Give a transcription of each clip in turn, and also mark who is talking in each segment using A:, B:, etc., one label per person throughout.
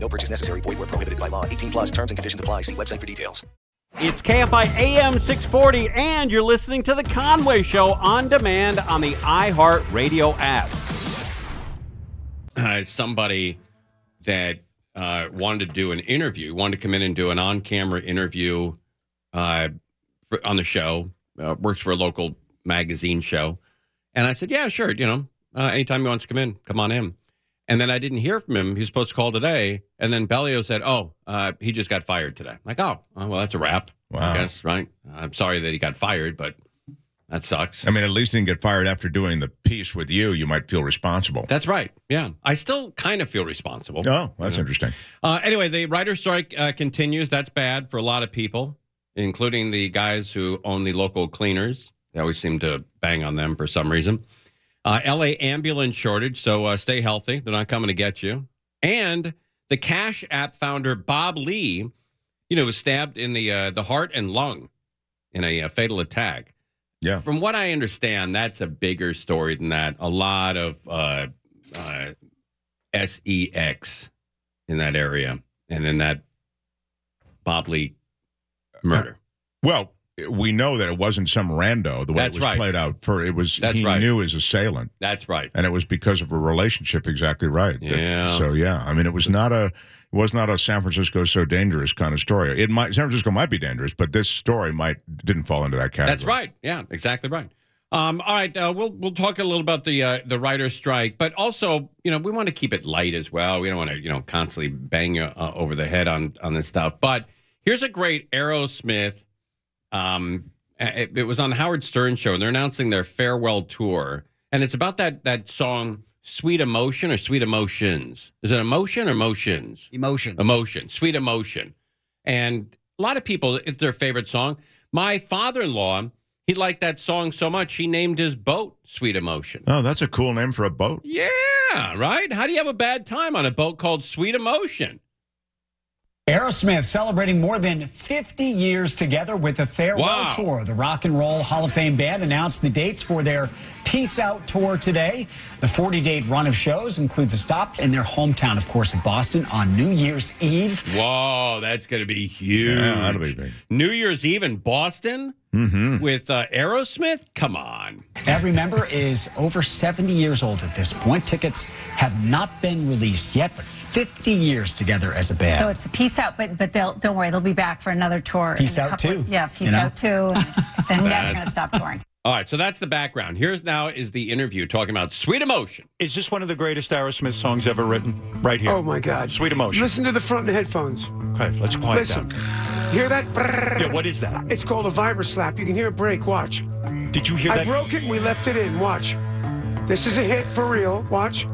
A: No purchase necessary. Void where prohibited by law. 18 plus terms and conditions apply. See website for details.
B: It's KFI AM 640, and you're listening to The Conway Show on demand on the iHeartRadio app.
C: uh, somebody that uh, wanted to do an interview, wanted to come in and do an on-camera interview uh, for, on the show. Uh, works for a local magazine show, and I said, "Yeah, sure. You know, uh, anytime he wants to come in, come on in." And then I didn't hear from him. He was supposed to call today, and then Bellio said, "Oh, uh, he just got fired today." I'm like, oh, oh, well, that's a wrap.
D: Wow.
C: I guess right. I'm sorry that he got fired, but that sucks.
D: I mean, at least he didn't get fired after doing the piece with you. You might feel responsible.
C: That's right. Yeah, I still kind of feel responsible.
D: oh, that's interesting.
C: Uh, anyway, the writer's strike uh, continues. That's bad for a lot of people, including the guys who own the local cleaners. They always seem to bang on them for some reason. Uh, LA ambulance shortage, so uh, stay healthy. They're not coming to get you. And the Cash App founder Bob Lee, you know, was stabbed in the uh, the heart and lung in a uh, fatal attack.
D: Yeah.
C: From what I understand, that's a bigger story than that. A lot of uh, uh, E SEX in that area, and then that Bob Lee murder.
D: Well, we know that it wasn't some rando the way
C: That's
D: it was
C: right.
D: played out. For it was
C: That's
D: he
C: right.
D: knew his assailant,
C: That's right.
D: and it was because of a relationship. Exactly right. That-
C: Yeah.
D: so yeah, I mean, it was not a it was not a San Francisco so dangerous kind of story. It might San Francisco might be dangerous, but this story might didn't fall into that category.
C: That's right. Yeah, exactly right. Um, all right, uh, we'll we'll talk a little about the uh, the writer's strike, but also you know we want to keep it light as well. We don't want to you know constantly bang you uh, over the head on on this stuff. But here's a great Aerosmith. Um, it, it was on Howard Stern show, and they're announcing their farewell tour, and it's about that that song "Sweet Emotion" or "Sweet Emotions." Is it emotion or motions?
E: Emotion.
C: Emotion, sweet emotion. And a lot of people, it's their favorite song. My father in law, he liked that song so much, he named his boat Sweet Emotion.
D: Oh, that's a cool name for a boat.
C: Yeah, right? How do you have a bad time on a boat called Sweet Emotion?
F: Aerosmith celebrating more than 50 years together with a farewell
C: Wow.
F: tour. The Rock and Roll Hall of Fame band announced the dates for their Peace Out tour today. The 40 date run of shows includes a stop in their hometown, of course, of Boston on New Year's Eve.
C: Whoa, that's going to be huge.
D: Yeah, that'll be big. Mm-hmm.
C: New Year's Eve in Boston with uh, Aerosmith? Come on.
F: Every member is over 70 years old at this point. Tickets have not been released yet, but 50 years together as a band.
G: So it's a peace out, but but they'll don't worry, they'll be back for another tour. in
F: Peace
G: a
F: out too,
G: couple- Yeah,
F: you
G: peace
F: know?
G: out too. And it's just- They're never
C: That's-
G: going to stop touring.
C: All right, so that's the background. Here's now is the interview talking about Sweet Emotion.
H: Is this one of the greatest Aerosmith songs ever written? Right here.
I: Oh my God.
H: Sweet emotion.
I: Listen to the front of the headphones.
H: Okay, let's quiet
I: Listen.
H: down.
I: Hear that? Brrrr.
H: Yeah, what is that?
I: It's called a vibra slap. You can hear it break. Watch.
H: Did you hear
I: I
H: that?
I: broke it and we left it in. Watch. This is a hit for real. Watch.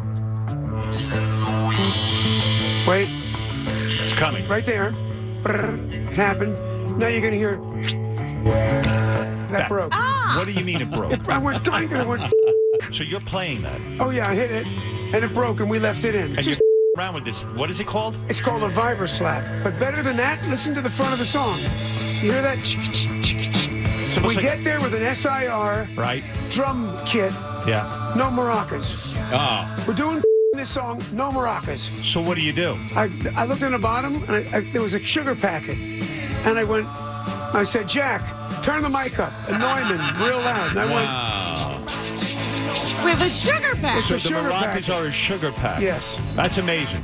I: Wait,
H: It's coming.
I: right there. Brrrr. It happened. Now you're gonna hear that broke.
H: What do you mean it broke?
I: I went, I went, I went,
H: so you're playing that.
I: oh yeah, I hit it, and it broke, and we left it in.
H: And you're around with this. What is it called?
I: It's called a vibra slap. But better than that, listen to the front of the song. You hear that?
H: It's almost
I: We
H: like-
I: get there with an SIR
H: Right?
I: drum kit,
H: Yeah.
I: no maracas.
C: Oh,
I: We're doing this song, no maracas.
H: So what do you do?
I: I, I looked in the bottom and I, I, there was a sugar packet. And I went, I said, Jack, turn the mic up. And Neumann, real loud. And I went,
C: wow.
J: With a sugar pack.
I: it's
H: So
I: a
H: the
I: sugar
H: maracas
I: packet.
H: are a sugar pack.
I: Yes.
H: That's amazing.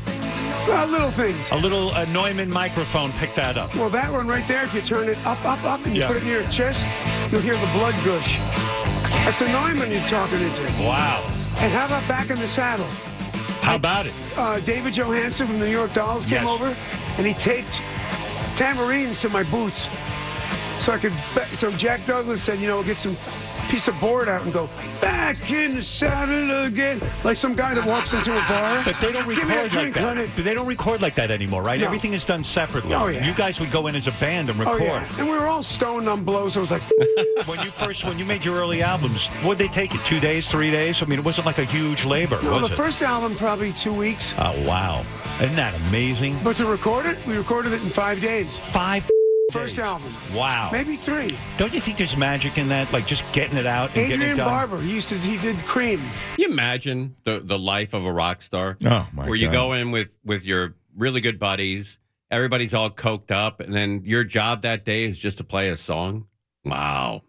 I: Well, Uh, little things.
H: A little uh, Neumann microphone picked that up.
I: Well, that one right there, if you turn it up, up, up, and you
H: Yeah.
I: put it near your chest, you'll hear the blood gush. That's a Neumann you're talking into.
H: Wow.
I: And how about back in the saddle?
H: How about it?
I: uh, David Johansen from the New York Dolls came
H: Yes.
I: over, and he taped tambourines to my boots. So I could. ba- So Jack Douglas said, you know, get some piece of board out and go back in the saddle again, like some guy that walks into a bar.
H: But they don't
I: Give me
H: record
I: a
H: like
I: drink,
H: that.
I: Leonard.
H: But they don't record like that anymore, right?
I: No.
H: Everything is done separately.
I: Oh, yeah.
H: You guys would go in as a band and
I: Oh
H: record.
I: yeah, and we were all stoned on blow, so it was like,
H: when you first, when you made your early albums, would they take it? Two days, three days? I mean, it wasn't like a huge labor,
I: no,
H: was
I: the
H: it?
I: first album probably two weeks,
H: oh wow! Isn't that amazing?
I: but to record it, we recorded it in five days.
H: Five.
I: First
H: days.
I: album,
H: Wow.
I: maybe three.
H: Don't you think there's magic in that? Like just getting it out and getting it
I: Adrian
H: done.
I: Barber, he used to, he did Cream.
C: Can you imagine the the life of a rock star?
D: Oh, my
C: Where you
D: God.
C: go in with with your really good buddies, everybody's all coked up, and then your job that day is just to play a song. Wow,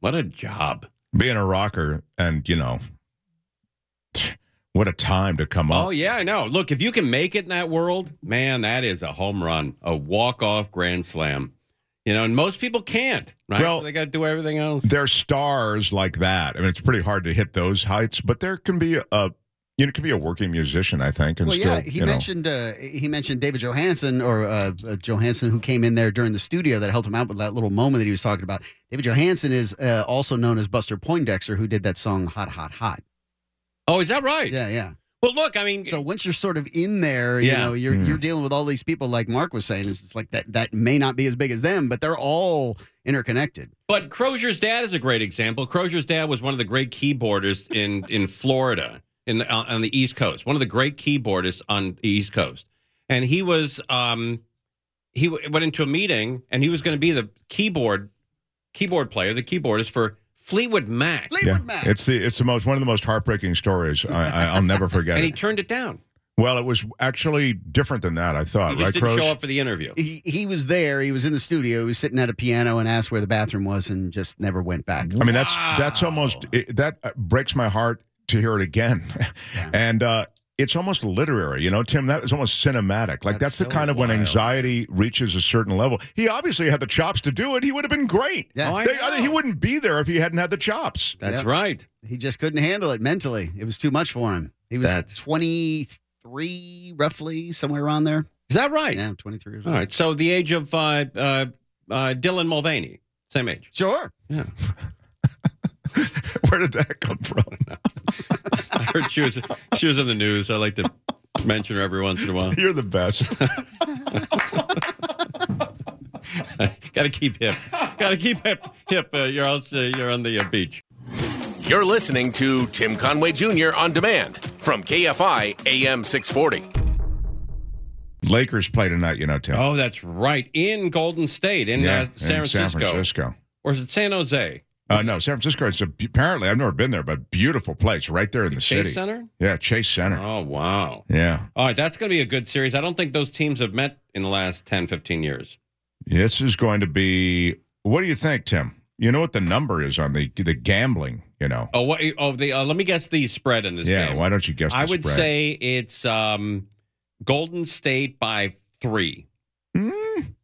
C: what a job!
D: Being a rocker and, you know, what a time to come
C: Oh
D: up.
C: yeah, I know. Look, if you can make it in that world, man, that is a home run, a walk off grand slam. You know, and most people can't, right?
D: Well,
C: so they got to do everything else.
D: They're stars like that. I mean, it's pretty hard to hit those heights, but there can be a, you know, can be a working musician, I think, and
E: Well,
D: still,
E: yeah, he
D: you know,
E: mentioned uh, he mentioned David Johansen or uh, uh, Johansen who came in there during the studio that helped him out with that little moment that he was talking about. David Johansen is uh, also known as Buster Poindexter, who did that song "Hot Hot Hot."
C: oh, is that right?
E: Yeah, yeah.
C: Well, look, I mean,
E: So once you're sort of in there, you
C: Yeah.
E: know, you're
D: Mm.
E: you're dealing with all these people, like Mark was saying. It's, it's like that that may not be as big as them, but they're all interconnected.
C: But Crozier's dad is a great example. Crozier's dad was one of the great keyboarders in in Florida, in the, uh, on on the East Coast. One of the great keyboardists on the East Coast, and he was um, he w- went into a meeting and he was going to be the keyboard keyboard player, the keyboardist for Fleetwood Mac,
D: yeah,
E: Fleetwood Mac.
D: it's the it's the most one of the most heartbreaking stories. I, I, I'll never forget
C: and he
D: it.
C: turned it down.
D: Well, it was actually different than that. I
C: He
D: thought,
C: just
D: right,
C: didn't
D: Crows?
C: show up for the interview.
E: He, he was there. He was in the studio. He was sitting at a piano and asked where the bathroom was, and just never went back.
D: I mean, that's that's
C: Wow.
D: almost it, that uh, breaks my heart to hear it again,
E: Yeah.
D: and uh, it's almost literary, you know, Tim. That is almost cinematic. Like that's,
C: That's
D: the
C: so
D: kind of when
C: wild.
D: anxiety reaches a certain level. He obviously had the chops to do it. He would have been great.
E: Yeah.
C: Oh, I
D: They- I think he
C: know.
D: wouldn't be there if he hadn't had the chops.
C: That's
E: Yeah.
C: right.
E: he just couldn't handle it mentally. It was too much for him. He was
C: That's-
E: 23, roughly, somewhere around there.
C: Is that right?
E: Yeah, 23 years
C: All
E: old.
C: right. So the age of uh, uh, uh, Dylan Mulvaney, same age.
E: Sure.
D: Where did that come from?
C: I heard she was she was in the news. I like to mention her every once in a while.
D: You're the best.
C: Got to keep hip. Got to keep hip. Hip. Uh, you're else uh, you're on the uh, beach.
K: You're listening to Tim Conway Jr. on demand from KFI AM 640.
D: Lakers play tonight, you know, Tim.
C: Oh, that's right. In Golden State, in uh, San,
D: in
C: Francisco.
D: San Francisco.
C: or is it San Jose?
D: Uh, no, San Francisco. It's a, apparently I've never been there, but beautiful place right there in the
C: Chase
D: city.
C: Center.
D: Yeah, Chase Center.
C: Oh wow.
D: Yeah,
C: All right, that's going to be a good series. I don't think those teams have met in the last 10, 15 years.
D: this is going to be. What do you think, Tim? You know what the number is on the the gambling? You know.
C: Oh, what? Oh, the uh, let me guess the spread in this
D: yeah.
C: game.
D: Why don't you guess? The
C: I would
D: spread?
C: say it's um, Golden State by three.
D: Mm,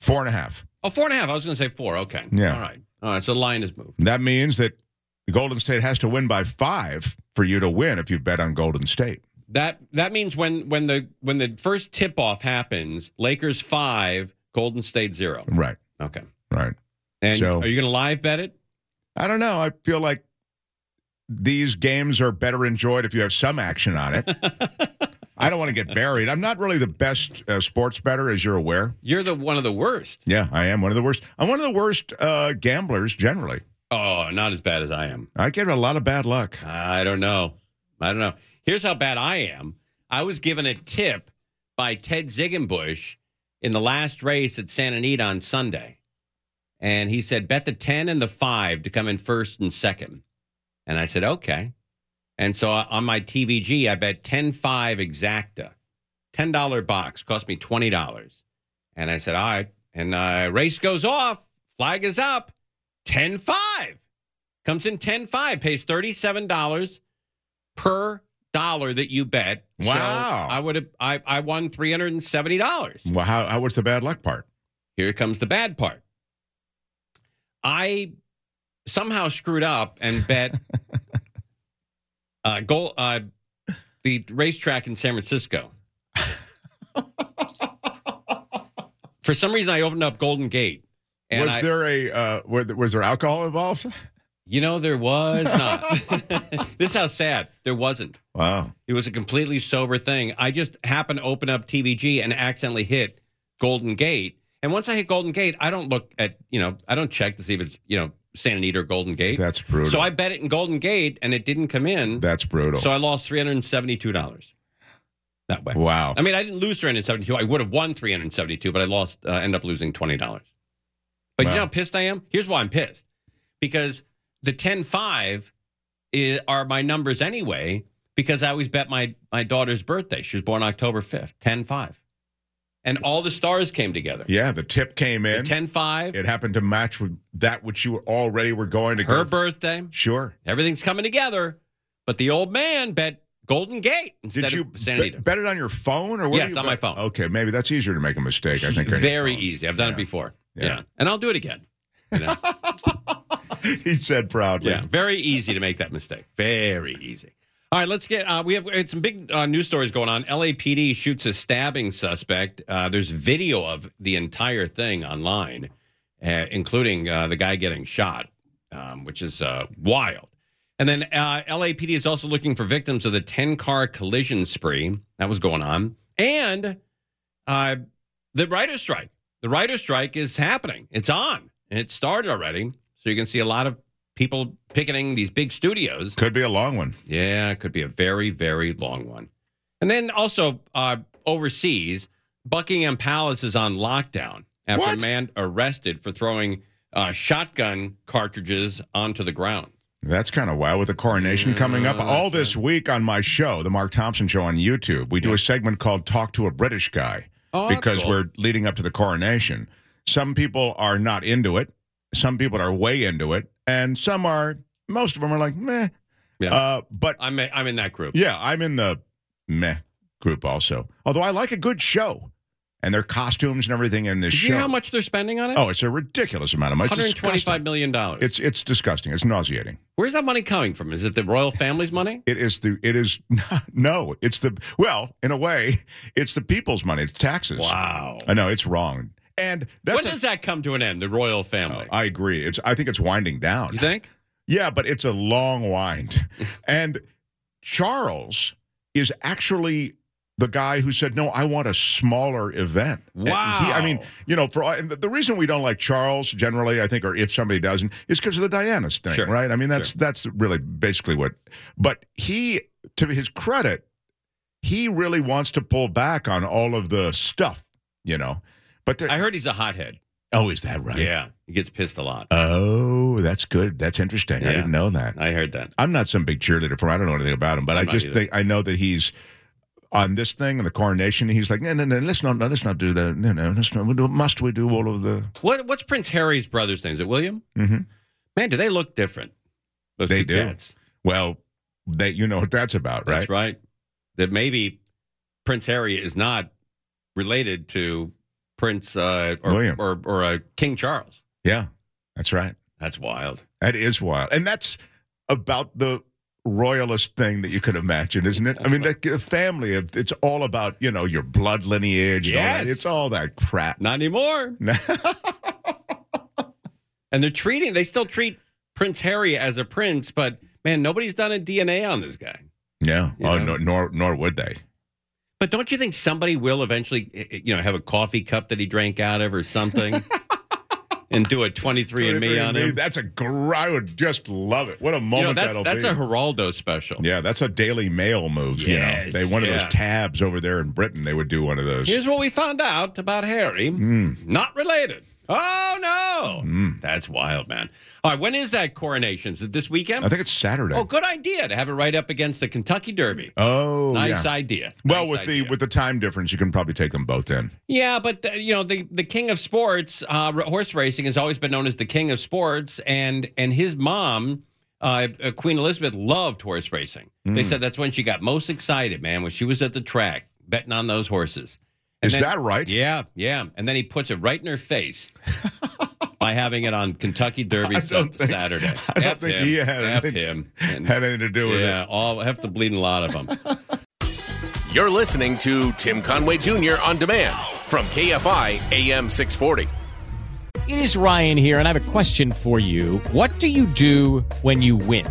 D: four and a half.
C: Oh, four and a half. I was going to say four. Okay.
D: Yeah.
C: All right. All right. So the line is moved.
D: That means that the Golden State has to win by five for you to win if you bet on Golden State.
C: That that means when when the when the first tip off happens, Lakers five, Golden State zero.
D: Right.
C: Okay.
D: Right.
C: And
D: So-
C: are you going to live bet it?
D: I don't know. I feel like these games are better enjoyed if you have some action on it. I don't want to get buried. I'm not really the best uh, sports better, as you're aware.
C: You're the one of the worst.
D: Yeah, I am one of the worst. I'm one of the worst uh, gamblers generally.
C: Oh, not as bad as I am.
D: I get a lot of bad luck.
C: I don't know. I don't know. Here's how bad I am. I was given a tip by Ted Ziegenbush in the last race at Santa Anita on Sunday. And he said, bet the 10 and the 5 to come in first and second. And I said, okay. And so I- on my TVG, I bet 10 5 exacta. $10 box cost me $20. And I said, all right. And uh, race goes off, flag is up, 10 5 comes in 10 5 pays $37 per dollar that you bet So
D: Wow.
C: i would have I, I won $370
D: Well, how, how what's the bad luck part?
C: here comes the bad part i somehow screwed up and bet uh, goal, uh, the racetrack in san francisco for some reason i opened up golden gate And
D: was
C: I-
D: there a uh, were th- was there alcohol involved?
C: You know, there was not. this is how sad. There wasn't.
D: Wow.
C: It was a completely sober thing. I just happened to open up TVG and accidentally hit Golden Gate. And once I hit Golden Gate, I don't look at, you know, I don't check to see if it's, you know, San Anita or Golden Gate.
D: That's brutal.
C: So I bet it in Golden Gate and it didn't come in.
D: That's brutal.
C: So I lost $372 that way.
D: Wow.
C: I mean, I didn't lose 372. I would have won 372, but I lost, uh, end up losing $20. But you
D: Wow.
C: know how pissed I am? Here's why I'm pissed. Because the 10 5 i- are my numbers anyway, because I always bet my, my daughter's birthday. She was born October 5th, 10 5. And all the stars came together.
D: Yeah, the tip came in.
C: 10 5,
D: It happened to match with that which you already were going to
C: her
D: go.
C: birthday.
D: Sure.
C: Everything's coming together. But the old man bet Golden Gate instead
D: Did you
C: of San
D: be-
C: Anita.
D: bet it on your phone or what? do
C: Yes,
D: you
C: on
D: bet-
C: my phone.
D: Okay, maybe that's easier to make a mistake. I think. on your
C: Very
D: phone.
C: easy. I've done
D: Yeah.
C: it before.
D: Yeah.
C: Yeah. And I'll do it again. you know?
D: he said proudly.
C: e Yeah, very easy to make that mistake. Very easy. All right, let's get. Uh, we have we had some big uh, news stories going on. LAPD shoots a stabbing suspect. Uh, there's video of the entire thing online, uh, including uh, the guy getting shot, um, which is uh, wild. And then uh, LAPD is also looking for victims of the 10 car collision spree that was going on, and uh, the writer's strike. The writer's strike is happening. It's on. And it started already, so you can see a lot of people picketing these big studios.
D: Could be a long one.
C: Yeah, it could be a very, very long one. And then also uh, overseas, Buckingham Palace is on lockdown after
D: What?
C: a man arrested for throwing uh, shotgun cartridges onto the ground.
D: That's kind of wild with the coronation coming up all this week on my show, the Mark Thompson Show on YouTube. We do a segment called "Talk to a British Guy"
C: Oh, that's
D: because
C: cool.
D: we're leading up to the coronation. Some people are not into it. Some people are way into it, and some are. Most of them are like meh.
C: Yeah.
D: Uh, but
C: I'm I'm in that group.
D: yeah, I'm in the meh group also. Although I like a good show and their costumes and everything in this
C: Did you
D: show.
C: hear how much they're spending on it?
D: oh, it's a ridiculous amount of money. It's
C: 125
D: disgusting.
C: million dollars.
D: It's it's disgusting. It's nauseating.
C: Where's that money coming from? Is it the royal family's money?
D: It is the it is no. It's the well, in a way, it's the people's money. It's taxes.
C: Wow.
D: I know it's wrong, and that's.
C: when
D: a- Oh,
C: does that come to an end? The royal family.
D: I agree. It's I think it's winding down.
C: you think?
D: Yeah, but it's a long wind. and Charles is actually the guy who said, "No, I want a smaller event." And he- I mean,
C: Wow.
D: you know, for all- and the, the reason we don't like Charles generally, I think, or if somebody doesn't, is because of the Diana thing,
C: Sure.
D: right? I mean, that's that's really basically what. But he, to his credit, he really wants to pull back on all of the stuff, you know. But there,
C: I heard he's a hothead.
D: oh, is that right?
C: Yeah, he gets pissed a lot.
D: Oh, that's good. That's interesting. I
C: Yeah.
D: didn't know that.
C: I heard that.
D: I'm not some big cheerleader for him. I don't know anything about him, but i
C: I'm not
D: just
C: either.
D: think I know that he's on this thing and the coronation. He's like, no, no, no, let's not, no, let's not do that. No, no, let's not. we do- Must we do all of the?
C: What What's Prince Harry's brother's name? Is it William?
D: Mhm.
C: Man, do they look different? Those
D: They
C: two
D: do.
C: Cats.
D: Well, that you know what that's about, right?
C: That's right. That maybe Prince Harry is not related to Prince uh, or,
D: William.
C: or or uh, King Charles.
D: Yeah, that's right.
C: That's wild.
D: That is wild, and that's about the royalist thing that you could imagine, isn't it? I mean, the family. of- It's all about you know your blood lineage. and all that.
C: Yes.
D: it's all that crap.
C: Not anymore. And they're treating. They still treat Prince Harry as a prince, but man, nobody's done a DNA on this guy.
D: yeah. Oh,
C: Yeah.
D: no, nor nor would they.
C: But don't you think somebody will eventually, i- i- you know, have a coffee cup that he drank out of or something, and do a twenty-three and me
D: 23andMe,
C: on him?
D: That's a gr- I would just love it. What a
C: you know,
D: moment
C: that's
D: that'll
C: that's
D: be.
C: a Geraldo special.
D: yeah, that's a Daily Mail move. you know,
C: Yes,
D: they one of
C: yeah.
D: those tabs over there in Britain. They would do one of those.
C: Here's what we found out about Harry.
D: Hmm.
C: Not related. Oh no, that's wild, man. All right, when is that coronation? Is it this weekend?
D: I think it's Saturday.
C: Oh, good idea to have it right up against the Kentucky Derby.
D: Oh,
C: nice
D: yeah.
C: idea.
D: Well,
C: Nice
D: with
C: idea.
D: the with the time difference, you can probably take them both in.
C: Yeah, but uh, you know the the king of sports, uh, r- horse racing has always been known as the king of sports, and and his mom, uh, uh, Queen Elizabeth, loved horse racing. They
D: Mm.
C: said that's when she got most excited, man, when she was at the track betting on those horses.
D: Is that right?
C: Yeah, yeah. And then he puts it right in her face by having it on Kentucky Derby
D: I don't
C: Sa-
D: think-
C: Saturday.
D: I don't
C: F
D: think
C: him,
D: he had
C: F
D: anything-
C: him. And-
D: Had anything to do with
C: yeah, all have to bleed a lot of them.
K: You're listening to Tim Conway Jr. on demand from KFI AM 640.
L: It is Ryan here, and I have a question for you. What do you do when you win?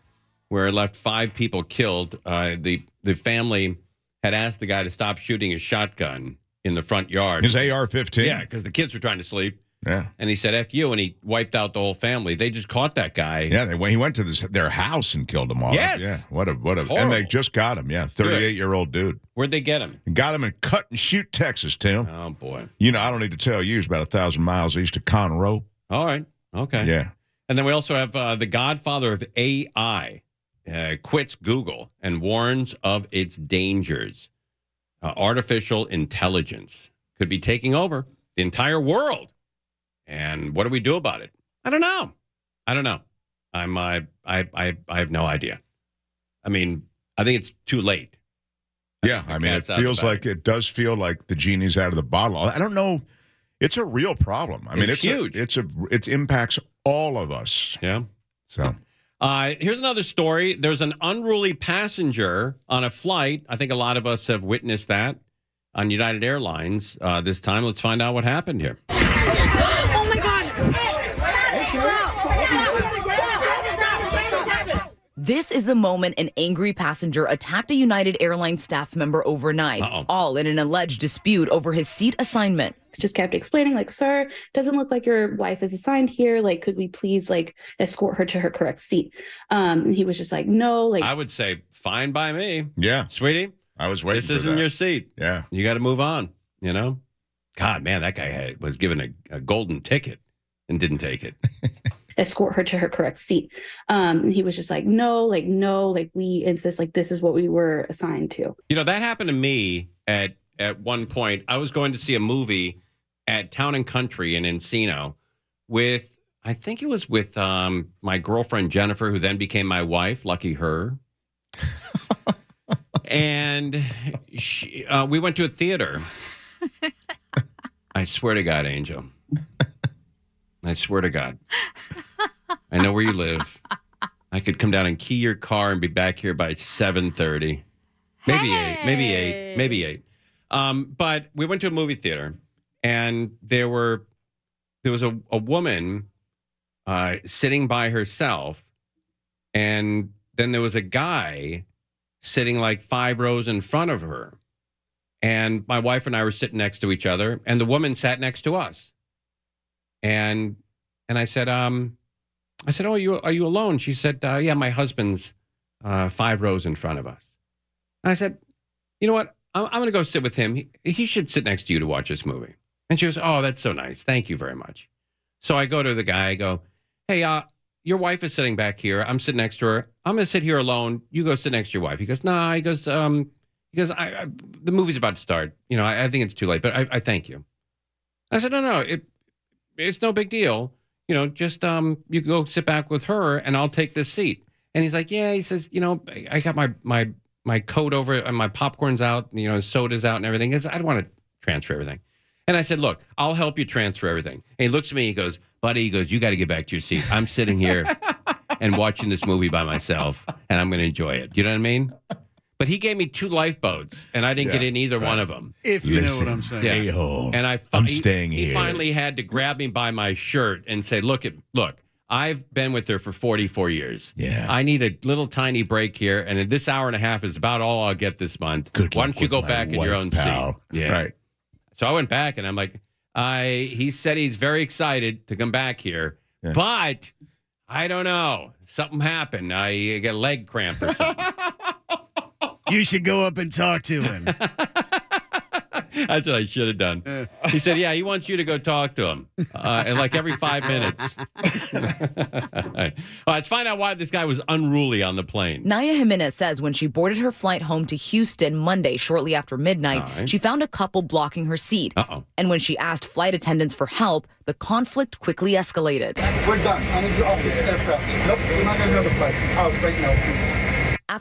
C: where it left five people killed. Uh, the the family had asked the guy to stop shooting his shotgun in the front yard.
D: His AR-15.
C: Yeah, because the kids were trying to sleep.
D: Yeah.
C: And he said "F you," and he wiped out the whole family. They just caught that guy.
D: Yeah, they, he went to this, their house and killed them all.
C: Yes.
D: Yeah. What a what a and
C: Horrible.
D: they just got him. Yeah, thirty-eight year old dude.
C: Where'd they get him?
D: Got him in cut and shoot, Texas. Tim.
C: Oh boy.
D: You know I don't need to tell you. It's about a thousand miles east of Conroe.
C: All right. Okay.
D: Yeah.
C: And then we also have uh, the godfather of AI uh, quits Google and warns of its dangers. Uh, artificial intelligence could be taking over the entire world. And what do we do about it? I don't know. I don't know. I'm I I I, I have no idea. I mean, I think it's too late.
D: Yeah, I mean, it
C: cat's out of the
D: feels
C: bag.
D: like it does feel like the genie's out of the bottle. I don't know. It's a real problem. I mean,
C: It's
D: it's,
C: huge.
D: A, it's a it impacts all of us.
C: Yeah.
D: So
C: Uh, here's another story. There's an unruly passenger on a flight. I think a lot of us have witnessed that on United Airlines uh, this time. Let's find out what happened here.
J: Oh my god! Stop! Stop! Stop!
M: This is the moment an angry passenger attacked a United Airlines staff member overnight, all in an alleged dispute over his seat assignment.
N: just kept explaining like sir doesn't look like your wife is assigned here like could we please like escort her to her correct seat um and he was just like no like
C: I would say fine by me,
D: yeah,
C: sweetie.
D: I was waiting.
C: this
D: for
C: isn't
D: that.
C: your seat.
D: Yeah.
C: You got to move on. You know, God, man, that guy had, was given a, a golden ticket and didn't take it.
N: escort her to her correct seat um and he was just like no like no like we insist like this is what we were assigned to
C: You know, that happened to me at at one point. I was going to see a movie at Town and Country in Encino with I think it was with um, my girlfriend Jennifer, who then became my wife. Lucky her. and she, uh, we went to a theater. I swear to God, Angel. I swear to God. I know where you live. I could come down and key your car and be back here by seven thirty, maybe eight, maybe eight, maybe eight. Um, but we went to a movie theater, and there were there was a a woman uh, sitting by herself, and then there was a guy sitting like five rows in front of her, and my wife and I were sitting next to each other, and the woman sat next to us, and and I said, um, I said, "Oh, you are you alone?" She said, uh, "Yeah, my husband's uh, five rows in front of us." And I said, "You know what? I'm, I'm going to go sit with him. He, he should sit next to you to watch this movie." And she goes, "Oh, that's so nice. Thank you very much." So I go to the guy. I go, "Hey, uh, your wife is sitting back here. I'm sitting next to her. I'm going to sit here alone. You go sit next to your wife." He goes, "Nah." He goes, um, "He goes, I, I, the movie's about to start. You know, I, I think it's too late, but I, I thank you." I said, "No, no, it, it's no big deal. You know, just um, you go sit back with her, and I'll take this seat." And he's like, "Yeah." He says, "You know, I- I got my my my coat over, and my popcorn's out, and, you know, soda's out, and everything." He says, "I don't want to transfer everything." And I said, "Look, I'll help you transfer everything." And he looks at me, he goes, "Buddy," he goes, "You got to get back to your seat. I'm sitting here and watching this movie by myself, and I'm going to enjoy it." You know what I mean? But he gave me two lifeboats, and I didn't get
D: Yeah,
C: in either
D: right.
C: one of them.
E: If you know what I'm saying.
C: Yeah.
D: A-hole.
C: And I,
D: I'm
C: he-
D: staying
C: he
D: here.
C: finally had to grab me by my shirt and say, "Look at look, I've been with her for 44 years.
D: Yeah.
C: I need a little tiny break here, and this hour and a half is about all I'll get this month.
D: Good
C: Why
D: luck
C: don't you
D: with
C: go
D: my
C: back in your
D: wife,
C: own
D: pal.
C: seat? Yeah.
D: Right.
C: So I went back, and I'm like, I. He said he's very excited to come back here, but I don't know. Something happened. I got a leg cramp or something.
E: You should go up and talk to him.
C: That's what I should have done. He said, "Yeah, he wants you to go talk to him, uh, and like every five minutes." All right. All right, let's find out why this guy was unruly on the plane.
M: Naya Jimenez says when she boarded her flight home to Houston Monday shortly after midnight,
C: All right.
M: she found a couple blocking her seat.
C: Uh-oh.
M: And when she asked flight attendants for help, the conflict quickly escalated.
O: We're done. I need you off this aircraft. Nope, we're not going to be on the flight. Out right now, please.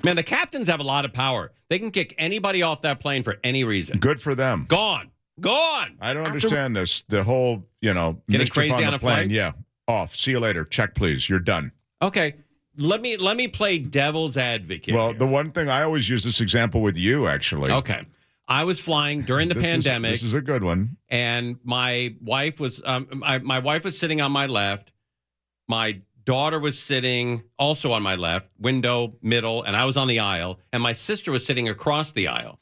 C: Man, the captains have a lot of power. They can kick anybody off that plane for any reason.
D: Good for them.
C: Gone. Gone.
D: I don't understand this. The whole, you know,
C: Getting
D: mischief
C: crazy
D: on,
C: on
D: the
C: a
D: plane.
C: flight?
D: Yeah, off. See you later. Check, please. You're done.
C: Okay. Let me let me play devil's advocate.
D: Well, the one thing I always use this example with you, actually.
C: Okay. I was flying during the
D: This is-
C: pandemic.
D: this is a good one.
C: and my wife was um, my, my wife was sitting on my left my daughter was sitting also on my left window middle and i was on the aisle and my sister was sitting across the aisle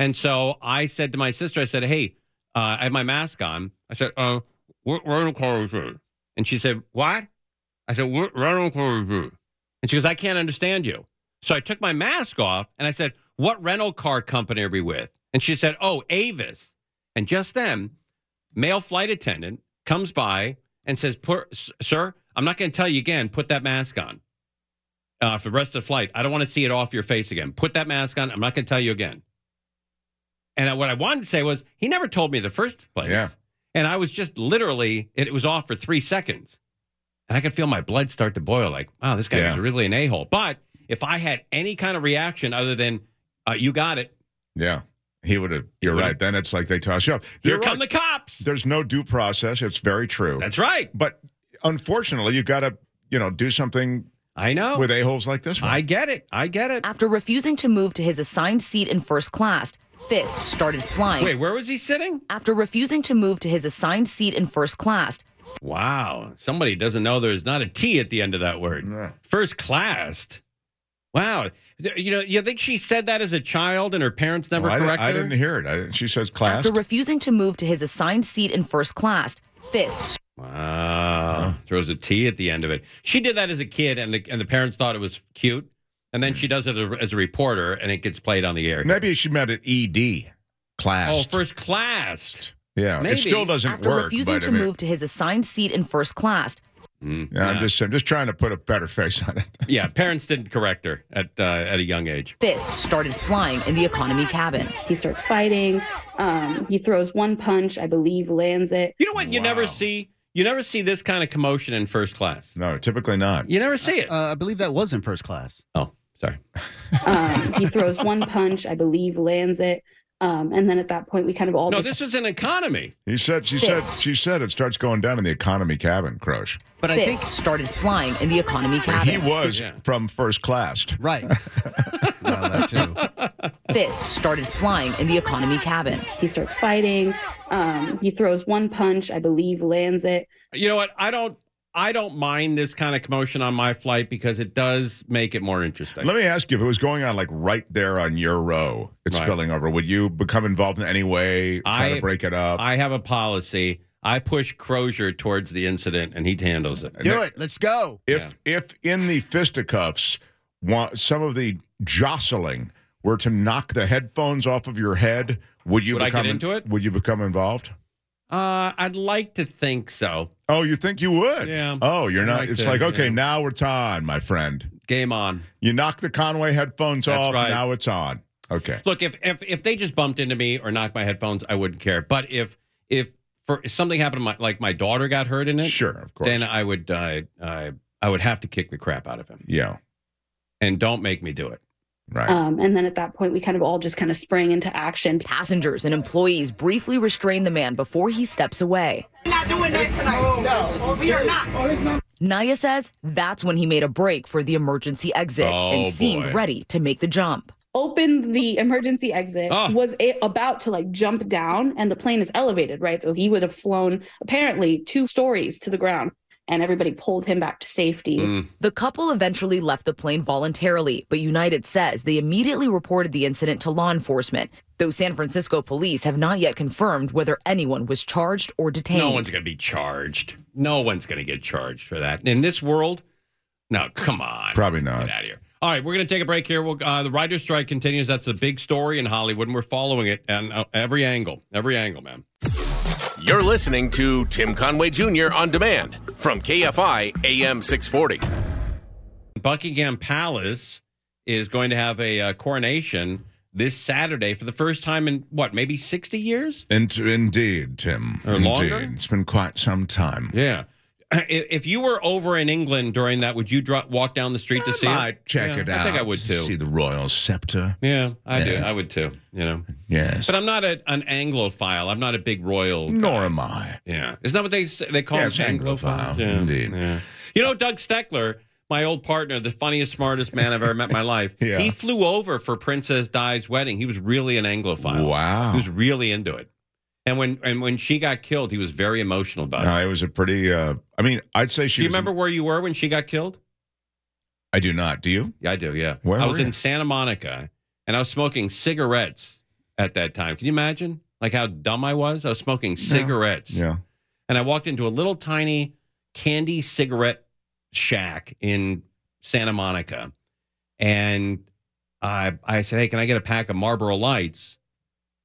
C: and so i said to my sister i said hey uh, i had my mask on i said uh, what rental car is it and she said what i said what rental car is it and she goes i can't understand you so i took my mask off and i said what rental car company are we with and she said oh avis and just then, male flight attendant comes by and says, "Pur- s- "Sir, I'm not going to tell you again. Put that mask on uh, for the rest of the flight. I don't want to see it off your face again. Put that mask on. I'm not going to tell you again." And I, what I wanted to say was, he never told me in the first place.
D: Yeah.
C: And I was just literally, it, it was off for three seconds, and I could feel my blood start to boil. Like, wow, this guy
D: Yeah.
C: is really an a hole. But if I had any kind of reaction other than, uh, "You got it,"
D: Yeah. He would have. You're right. Then it's like they toss you up.
C: here
D: You're
C: come
D: right.
C: the cops.
D: There's no due process. It's very true.
C: That's right.
D: But unfortunately, you got to, you know, do something.
C: I know
D: with a holes like this one.
C: Oh. I get it. I get it.
M: After refusing to move to his assigned seat in first class, fists started flying.
C: Wait, where was he sitting?
M: After refusing to move to his assigned seat in first class,
C: Wow. Somebody doesn't know there's not a T at the end of that word. First classed. Wow. Th- You know, you think she said that as a child and her parents never
D: Well, I,
C: corrected
D: didn't, I
C: her?
D: didn't hear it. I didn't, she says class.
M: after refusing to move to his assigned seat in first class, fists
C: Wow. Throws a T at the end of it. She did that as a kid and the, and the parents thought it was cute. And then she does it as a- as a reporter and it gets played on the air.
D: Maybe she meant E it ED class.
C: Oh, first classed.
D: yeah. It still doesn't
M: after
D: work.
M: refusing
D: but
M: to
D: I mean,
M: move to his assigned seat in first class,
D: yeah, I'm just, I'm just trying to put a better face on it.
C: Mm. Yeah, parents didn't correct her at uh, at a young age.
M: fists started flying in the economy cabin.
N: He starts fighting. Um, he throws one punch, I believe, lands it.
C: You know what? You never see you never see this kind of commotion in first class.
D: No, typically not.
C: You never see
D: Uh,
C: it.
E: Uh, I believe that was in first class.
C: Oh, sorry.
N: Um, he throws one punch, I believe, lands it. Um, and then at that point, we kind of all
C: No,
N: just
C: this was an economy.
D: He said, she said, she said it starts going down in the economy cabin, Crosh.
M: But I think started flying in the economy
D: But
M: cabin.
D: he was from first class.
E: Right.
M: Fists started flying in the economy cabin.
N: He starts fighting. Um, he throws one punch, I believe, lands it.
C: You know what? I don't I don't mind this kind of commotion on my flight because it does make it more interesting.
D: Let me ask you, if it was going on like right there on your row, it's
C: Right.
D: spilling over, would you become involved in any way, try
C: I-
D: to break it up?
C: I have a policy. I push Crozier towards the incident and he handles it.
E: Do it. Let's go.
D: if if in the fisticuffs, wa- some of the jostling were to knock the headphones off of your head, would you
C: Would I get
D: become in-
C: into it?
D: Would you become involved?
C: Uh, I'd like to think so.
D: Oh, you think you would?
C: Yeah.
D: Oh, you're
C: I'd
D: not.
C: like
D: it's
C: to,
D: like okay,
C: yeah.
D: now it's on, my friend.
C: Game on.
D: You knock the Conway headphones
C: That's
D: off.
C: right.
D: Now it's on. Okay.
C: Look, if if if they just bumped into me or knocked my headphones, I wouldn't care. But if if for if something happened to my like my daughter got hurt in it,
D: Sure, of course.
C: then I would uh, I I would have to kick the crap out of him.
D: Yeah.
C: And don't make me do it.
D: Right.
N: Um, and then at that point, we kind of all just kind of spring into action.
M: Passengers and employees briefly restrain the man before he steps away.
J: We're not doing that tonight. No, we are not.
M: Naya says that's when he made a break for the emergency exit
N: Oh,
M: and seemed
N: boy.
M: ready to make the jump.
N: Opened the emergency exit,
M: Ah.
N: was a- about to like jump down, and the plane is elevated, right? So he would have flown apparently two stories to the ground, and everybody pulled him back to safety.
M: The couple eventually left the plane voluntarily, but United says they immediately reported the incident to law enforcement, though San Francisco police have not yet confirmed whether anyone was charged or detained.
C: No one's going to be charged. No one's going to get charged for that. In this world, no, come on.
D: Probably not.
C: Get out of here. All right, we're going to take a break here. We'll, uh, the writer's strike continues. That's the big story in Hollywood, and we're following it and uh, every angle, every angle, man.
K: You're listening to Tim Conway Jr. on demand from KFI AM 640.
C: Buckingham Palace is going to have a uh, coronation this Saturday for the first time in what, maybe 60 years?
D: And indeed, Tim.
C: Or
D: indeed.
C: Uh, longer?
D: It's been quite some time.
C: Yeah. I- If you were over in England during that, would you dro- walk down the street to see
D: might
C: it?
D: check
C: Yeah,
D: it
C: I
D: out.
C: think I would too.
D: See the royal scepter.
C: yeah, I do.
D: Yes.
C: I would too. You know,
D: Yes.
C: but I'm not a, an Anglophile. I'm not a big royal.
D: Nor am I.
C: Yeah, isn't that what they say- they call
D: Yes,
C: us
D: Anglophile.
C: Anglophiles? Yeah.
D: Indeed.
C: You know, Doug Steckler, my old partner, the funniest, smartest man I've ever met in my life.
D: Yeah.
C: He flew over for Princess Di's wedding. He was really an Anglophile.
D: Wow.
C: He was really into it. And when and when she got killed, he was very emotional about it.
D: No, it was a pretty. Uh, I mean, I'd say she.
C: do you
D: was-
C: remember where you were when she got killed?
D: I do not. Do you?
C: Yeah, I do. Yeah,
D: Where
C: I
D: were
C: was
D: you?
C: in Santa Monica, and I was smoking cigarettes at that time. Can you imagine? Like how dumb I was. I was smoking cigarettes.
D: Yeah.
C: and I walked into a little tiny candy cigarette shack in Santa Monica, and I I said, "Hey, can I get a pack of Marlboro Lights?"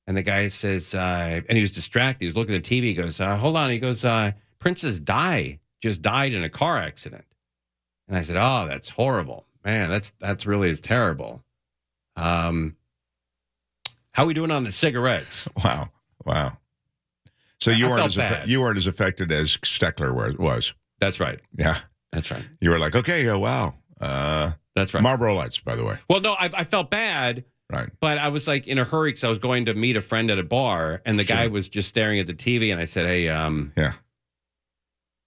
C: And the guy says, uh, and he was distracted. He was looking at the TV. He goes, uh, "Hold on." He goes, uh, "Princess Di just died in a car accident," and I said, "Oh, that's horrible, man. That's that's really is terrible." Um, how we doing on the cigarettes?
D: Wow. Wow. So
C: I-
D: you
C: I
D: weren't
C: felt
D: as affe-
C: bad.
D: you weren't as affected as Steckler wa- was.
C: That's right.
D: Yeah.
C: That's right.
D: You were like, okay, yeah, wow. Uh,
C: That's right.
D: Marlboro Lights, by the way.
C: Well, no, I, I felt bad.
D: Right.
C: But I was like in a hurry because I was going to meet a friend at a bar, and the guy was just staring at the TV, and I said, "Hey, um,
D: Yeah.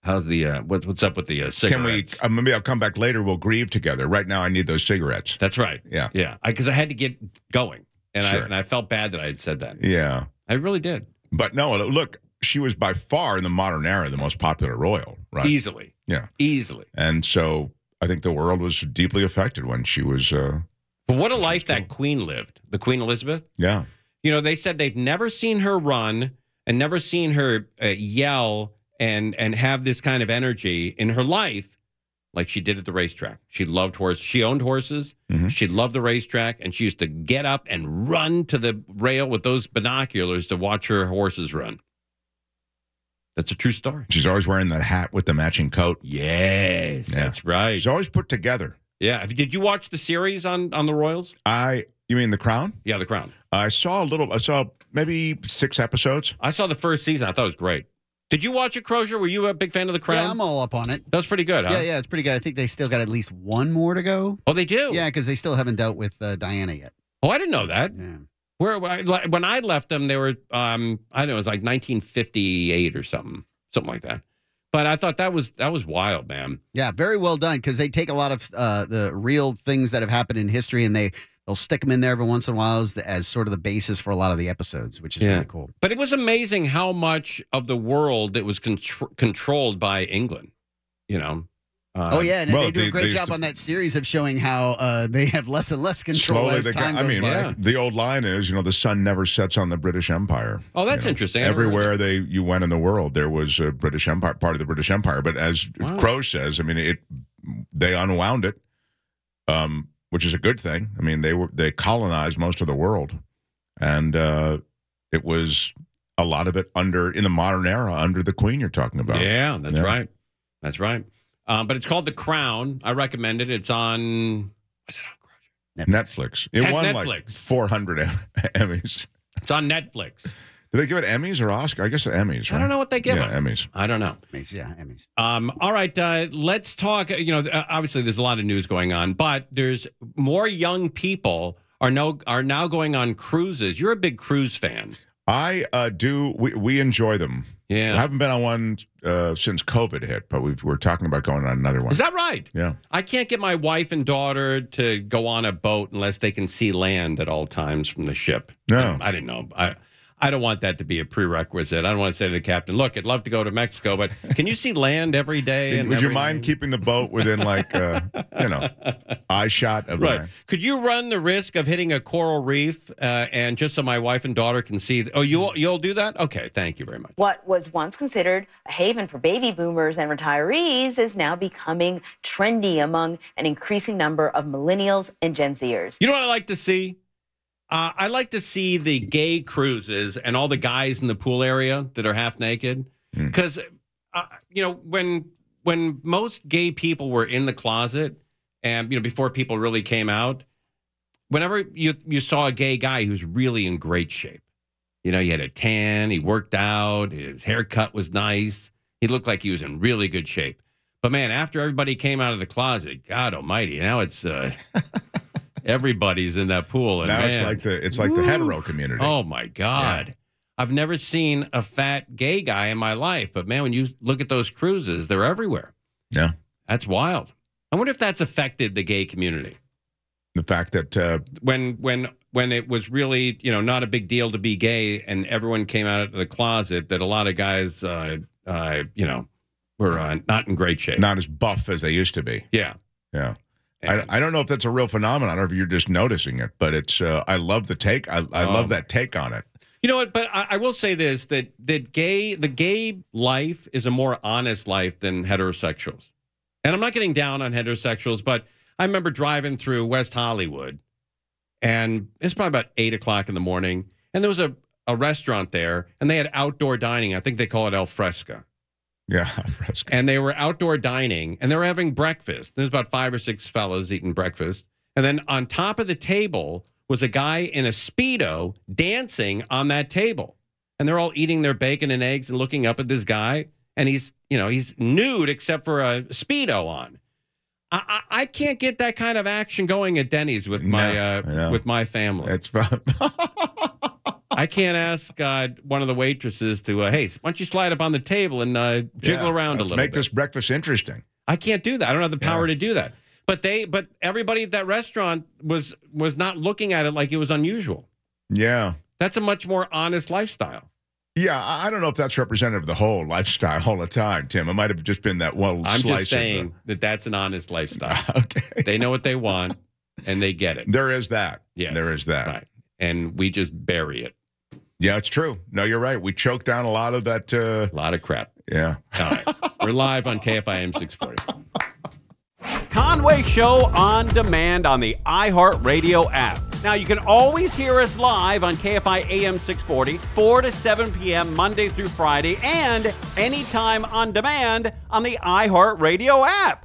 C: how's the uh, what, what's up with the uh,
D: Can
C: cigarettes?"
D: we? Uh, maybe I'll come back later. We'll grieve together. Right now, I need those cigarettes.
C: That's right.
D: Yeah.
C: Yeah, because I, had to get going, and I
D: Sure.
C: and I felt bad that I had said that.
D: Yeah.
C: I really did
D: But no, look, she was by far in the modern era the most popular royal, right?
C: easily,
D: Yeah.
C: easily.
D: And so I think the world was deeply affected when she was. Uh,
C: But what a life that Queen lived, the Queen Elizabeth.
D: yeah.
C: You know, they said they've never seen her run and never seen her uh, yell and and have this kind of energy in her life like she did at the racetrack. She loved horses. She owned horses. She loved the racetrack and she used to get up and run to the rail with those binoculars to watch her horses run. That's a true story.
D: She's always wearing that hat with the matching coat.
C: Yes,
D: Yeah.
C: that's right.
D: She's always put together.
C: Yeah, Have- did you watch the series on on the Royals?
D: I. You mean the Crown?
C: Yeah, The Crown.
D: I saw a little. I saw maybe six episodes.
C: I saw the first season. I thought it was great. Did you watch it, Crozier? Were you a big fan of The Crown?
E: Yeah, I'm all up on it.
C: That was pretty good, huh?
E: Yeah, yeah, it's pretty good. I think they still got at least one more to go.
C: Oh, they do.
E: Yeah, because they still haven't dealt with uh, Diana yet.
C: Oh, I didn't know that.
E: Yeah.
C: Where I- like, when I left them, they were um, I don't know, it was like 1958 or something, something like that. But I thought that was that was wild, man.
E: Yeah, very well done because they take a lot of uh, the real things that have happened in history and they they'll stick them in there every once in a while as, the, as sort of the basis for a lot of the episodes, which is
C: Yeah.
E: really cool.
C: But it was amazing how much of the world that was contr- controlled by England. You know. Uh,
E: oh yeah, and
D: well,
E: they do
D: they-
E: a great
D: they-
E: job on that series of showing how uh, they have less and less control as
D: they
E: time
D: got- I
E: goes
D: mean,
E: by.
C: Yeah.
D: the old line is, you know, the sun never sets on the British Empire.
C: Oh, that's
D: You know,
C: interesting. I never heard
D: Everywhere they you went in the world, there was a British Empire, part of the British Empire. But as
C: Wow.
D: Crow says, I mean, it they unwound it, um, which is a good thing. I mean, they were they colonized most of the world, and uh, it was a lot of it under in the modern era under the Queen you're talking about.
C: Yeah, that's
D: Yeah.
C: right. That's right. Um, but it's called The Crown. I recommend it. It's on. Was it on?
D: Netflix. It
C: Net-
D: won like
C: Netflix.
D: 400 Emmys.
C: It's on Netflix.
D: Do they give it Emmys or Oscar? I guess the Emmys. Right?
C: I don't know what they give
D: Yeah,
C: them.
D: Emmys.
C: I don't know.
E: Emmys, yeah, Emmys.
C: Um, all right, uh, let's talk. You know, uh, obviously there's a lot of news going on, but there's more young people are no are now going on cruises. You're a big cruise fan,
D: I uh, do. We, we enjoy them.
C: yeah?
D: I haven't been on one uh, since COVID hit, but we've, we're talking about going on another one.
C: Is that right?
D: yeah.
C: I can't get my wife and daughter to go on a boat unless they can see land at all times from the ship.
D: No.
C: I didn't know. I I don't want that to be a prerequisite. I don't want to say to the captain, "Look, I'd love to go to Mexico, but can you see land every day?"
D: Did-
C: and
D: would you
C: every-
D: mind keeping the boat within like uh, you know eye shot of
C: Right.
D: land?
C: Could you run the risk of hitting a coral reef, uh, and just so my wife and daughter can see? oh, you you'll do that? Okay, thank you very much.
P: What was once considered a haven for baby boomers and retirees is now becoming trendy among an increasing number of millennials and Gen Zers.
C: You know what I like to see? Uh, I like to see the gay cruises and all the guys in the pool area that are half naked, because uh, you know when when most gay people were in the closet, and you know before people really came out, whenever you you saw a gay guy who's really in great shape, you know he had a tan, he worked out, his haircut was nice, he looked like he was in really good shape. But man, after everybody came out of the closet, God Almighty, now it's. Uh, Everybody's in that pool. And
D: Now it's
C: Oh, man,
D: like the- it's like the hetero community.
C: Oh my God. I've never seen a fat gay guy in my life, but man, when you look at those cruises, they're everywhere.
D: Yeah.
C: That's wild. I wonder if that's affected the gay community.
D: The fact that uh,
C: when when when it was really, you know, not a big deal to be gay and everyone came out of the closet that a lot of guys uh, uh you know, were uh, not in great shape.
D: Not as buff as they used to be.
C: Yeah.
D: Yeah. I, I don't know if that's a real phenomenon or if you're just noticing it, but it's uh, I love the take. I, I
C: Oh.
D: love that take on it.
C: You know what? But I, I will say this: that that gay the gay life is a more honest life than heterosexuals. And I'm not getting down on heterosexuals, but I remember driving through West Hollywood, and it's probably about eight o'clock in the morning, and there was a a restaurant there, and they had outdoor dining. I think they call it al fresco.
D: Yeah.
C: And they were outdoor dining and they were having breakfast. There's about five or six fellows eating breakfast. And then on top of the table was a guy in a Speedo dancing on that table. And they're all eating their bacon and eggs and looking up at this guy. And he's, you know, he's nude except for a Speedo on. I, I, I can't get that kind of action going at Denny's with my uh, with my family.
D: That's
C: I can't ask uh, one of the waitresses to, uh, hey, why don't you slide up on the table and uh, jiggle
D: Yeah.
C: around a
D: Let's
C: little
D: Make
C: bit.
D: this breakfast interesting.
C: I can't do that. I don't have the power to do that. But they, but everybody at that restaurant was was not looking at it like it was unusual.
D: Yeah.
C: That's a much more honest lifestyle.
D: Yeah, I I don't know if that's representative of the whole lifestyle all the time, Tim. It might have just been that one
C: I'm
D: slice.
C: just
D: of the-
C: saying that that's an honest lifestyle. okay. They know what they want and they get it.
D: there is that.
C: Yes.
D: There is that.
C: Right. And we just bury it.
D: Yeah, it's true. No, you're right. We choke down a lot of that. Uh,
C: a lot of crap.
D: Yeah.
C: All right. We're live on KFIM 640.
B: Conway Show on demand on the iHeartRadio app. Now, you can always hear us live on KFI AM 640, 4 to 7 p.m. Monday through Friday, and anytime on demand on the iHeartRadio app.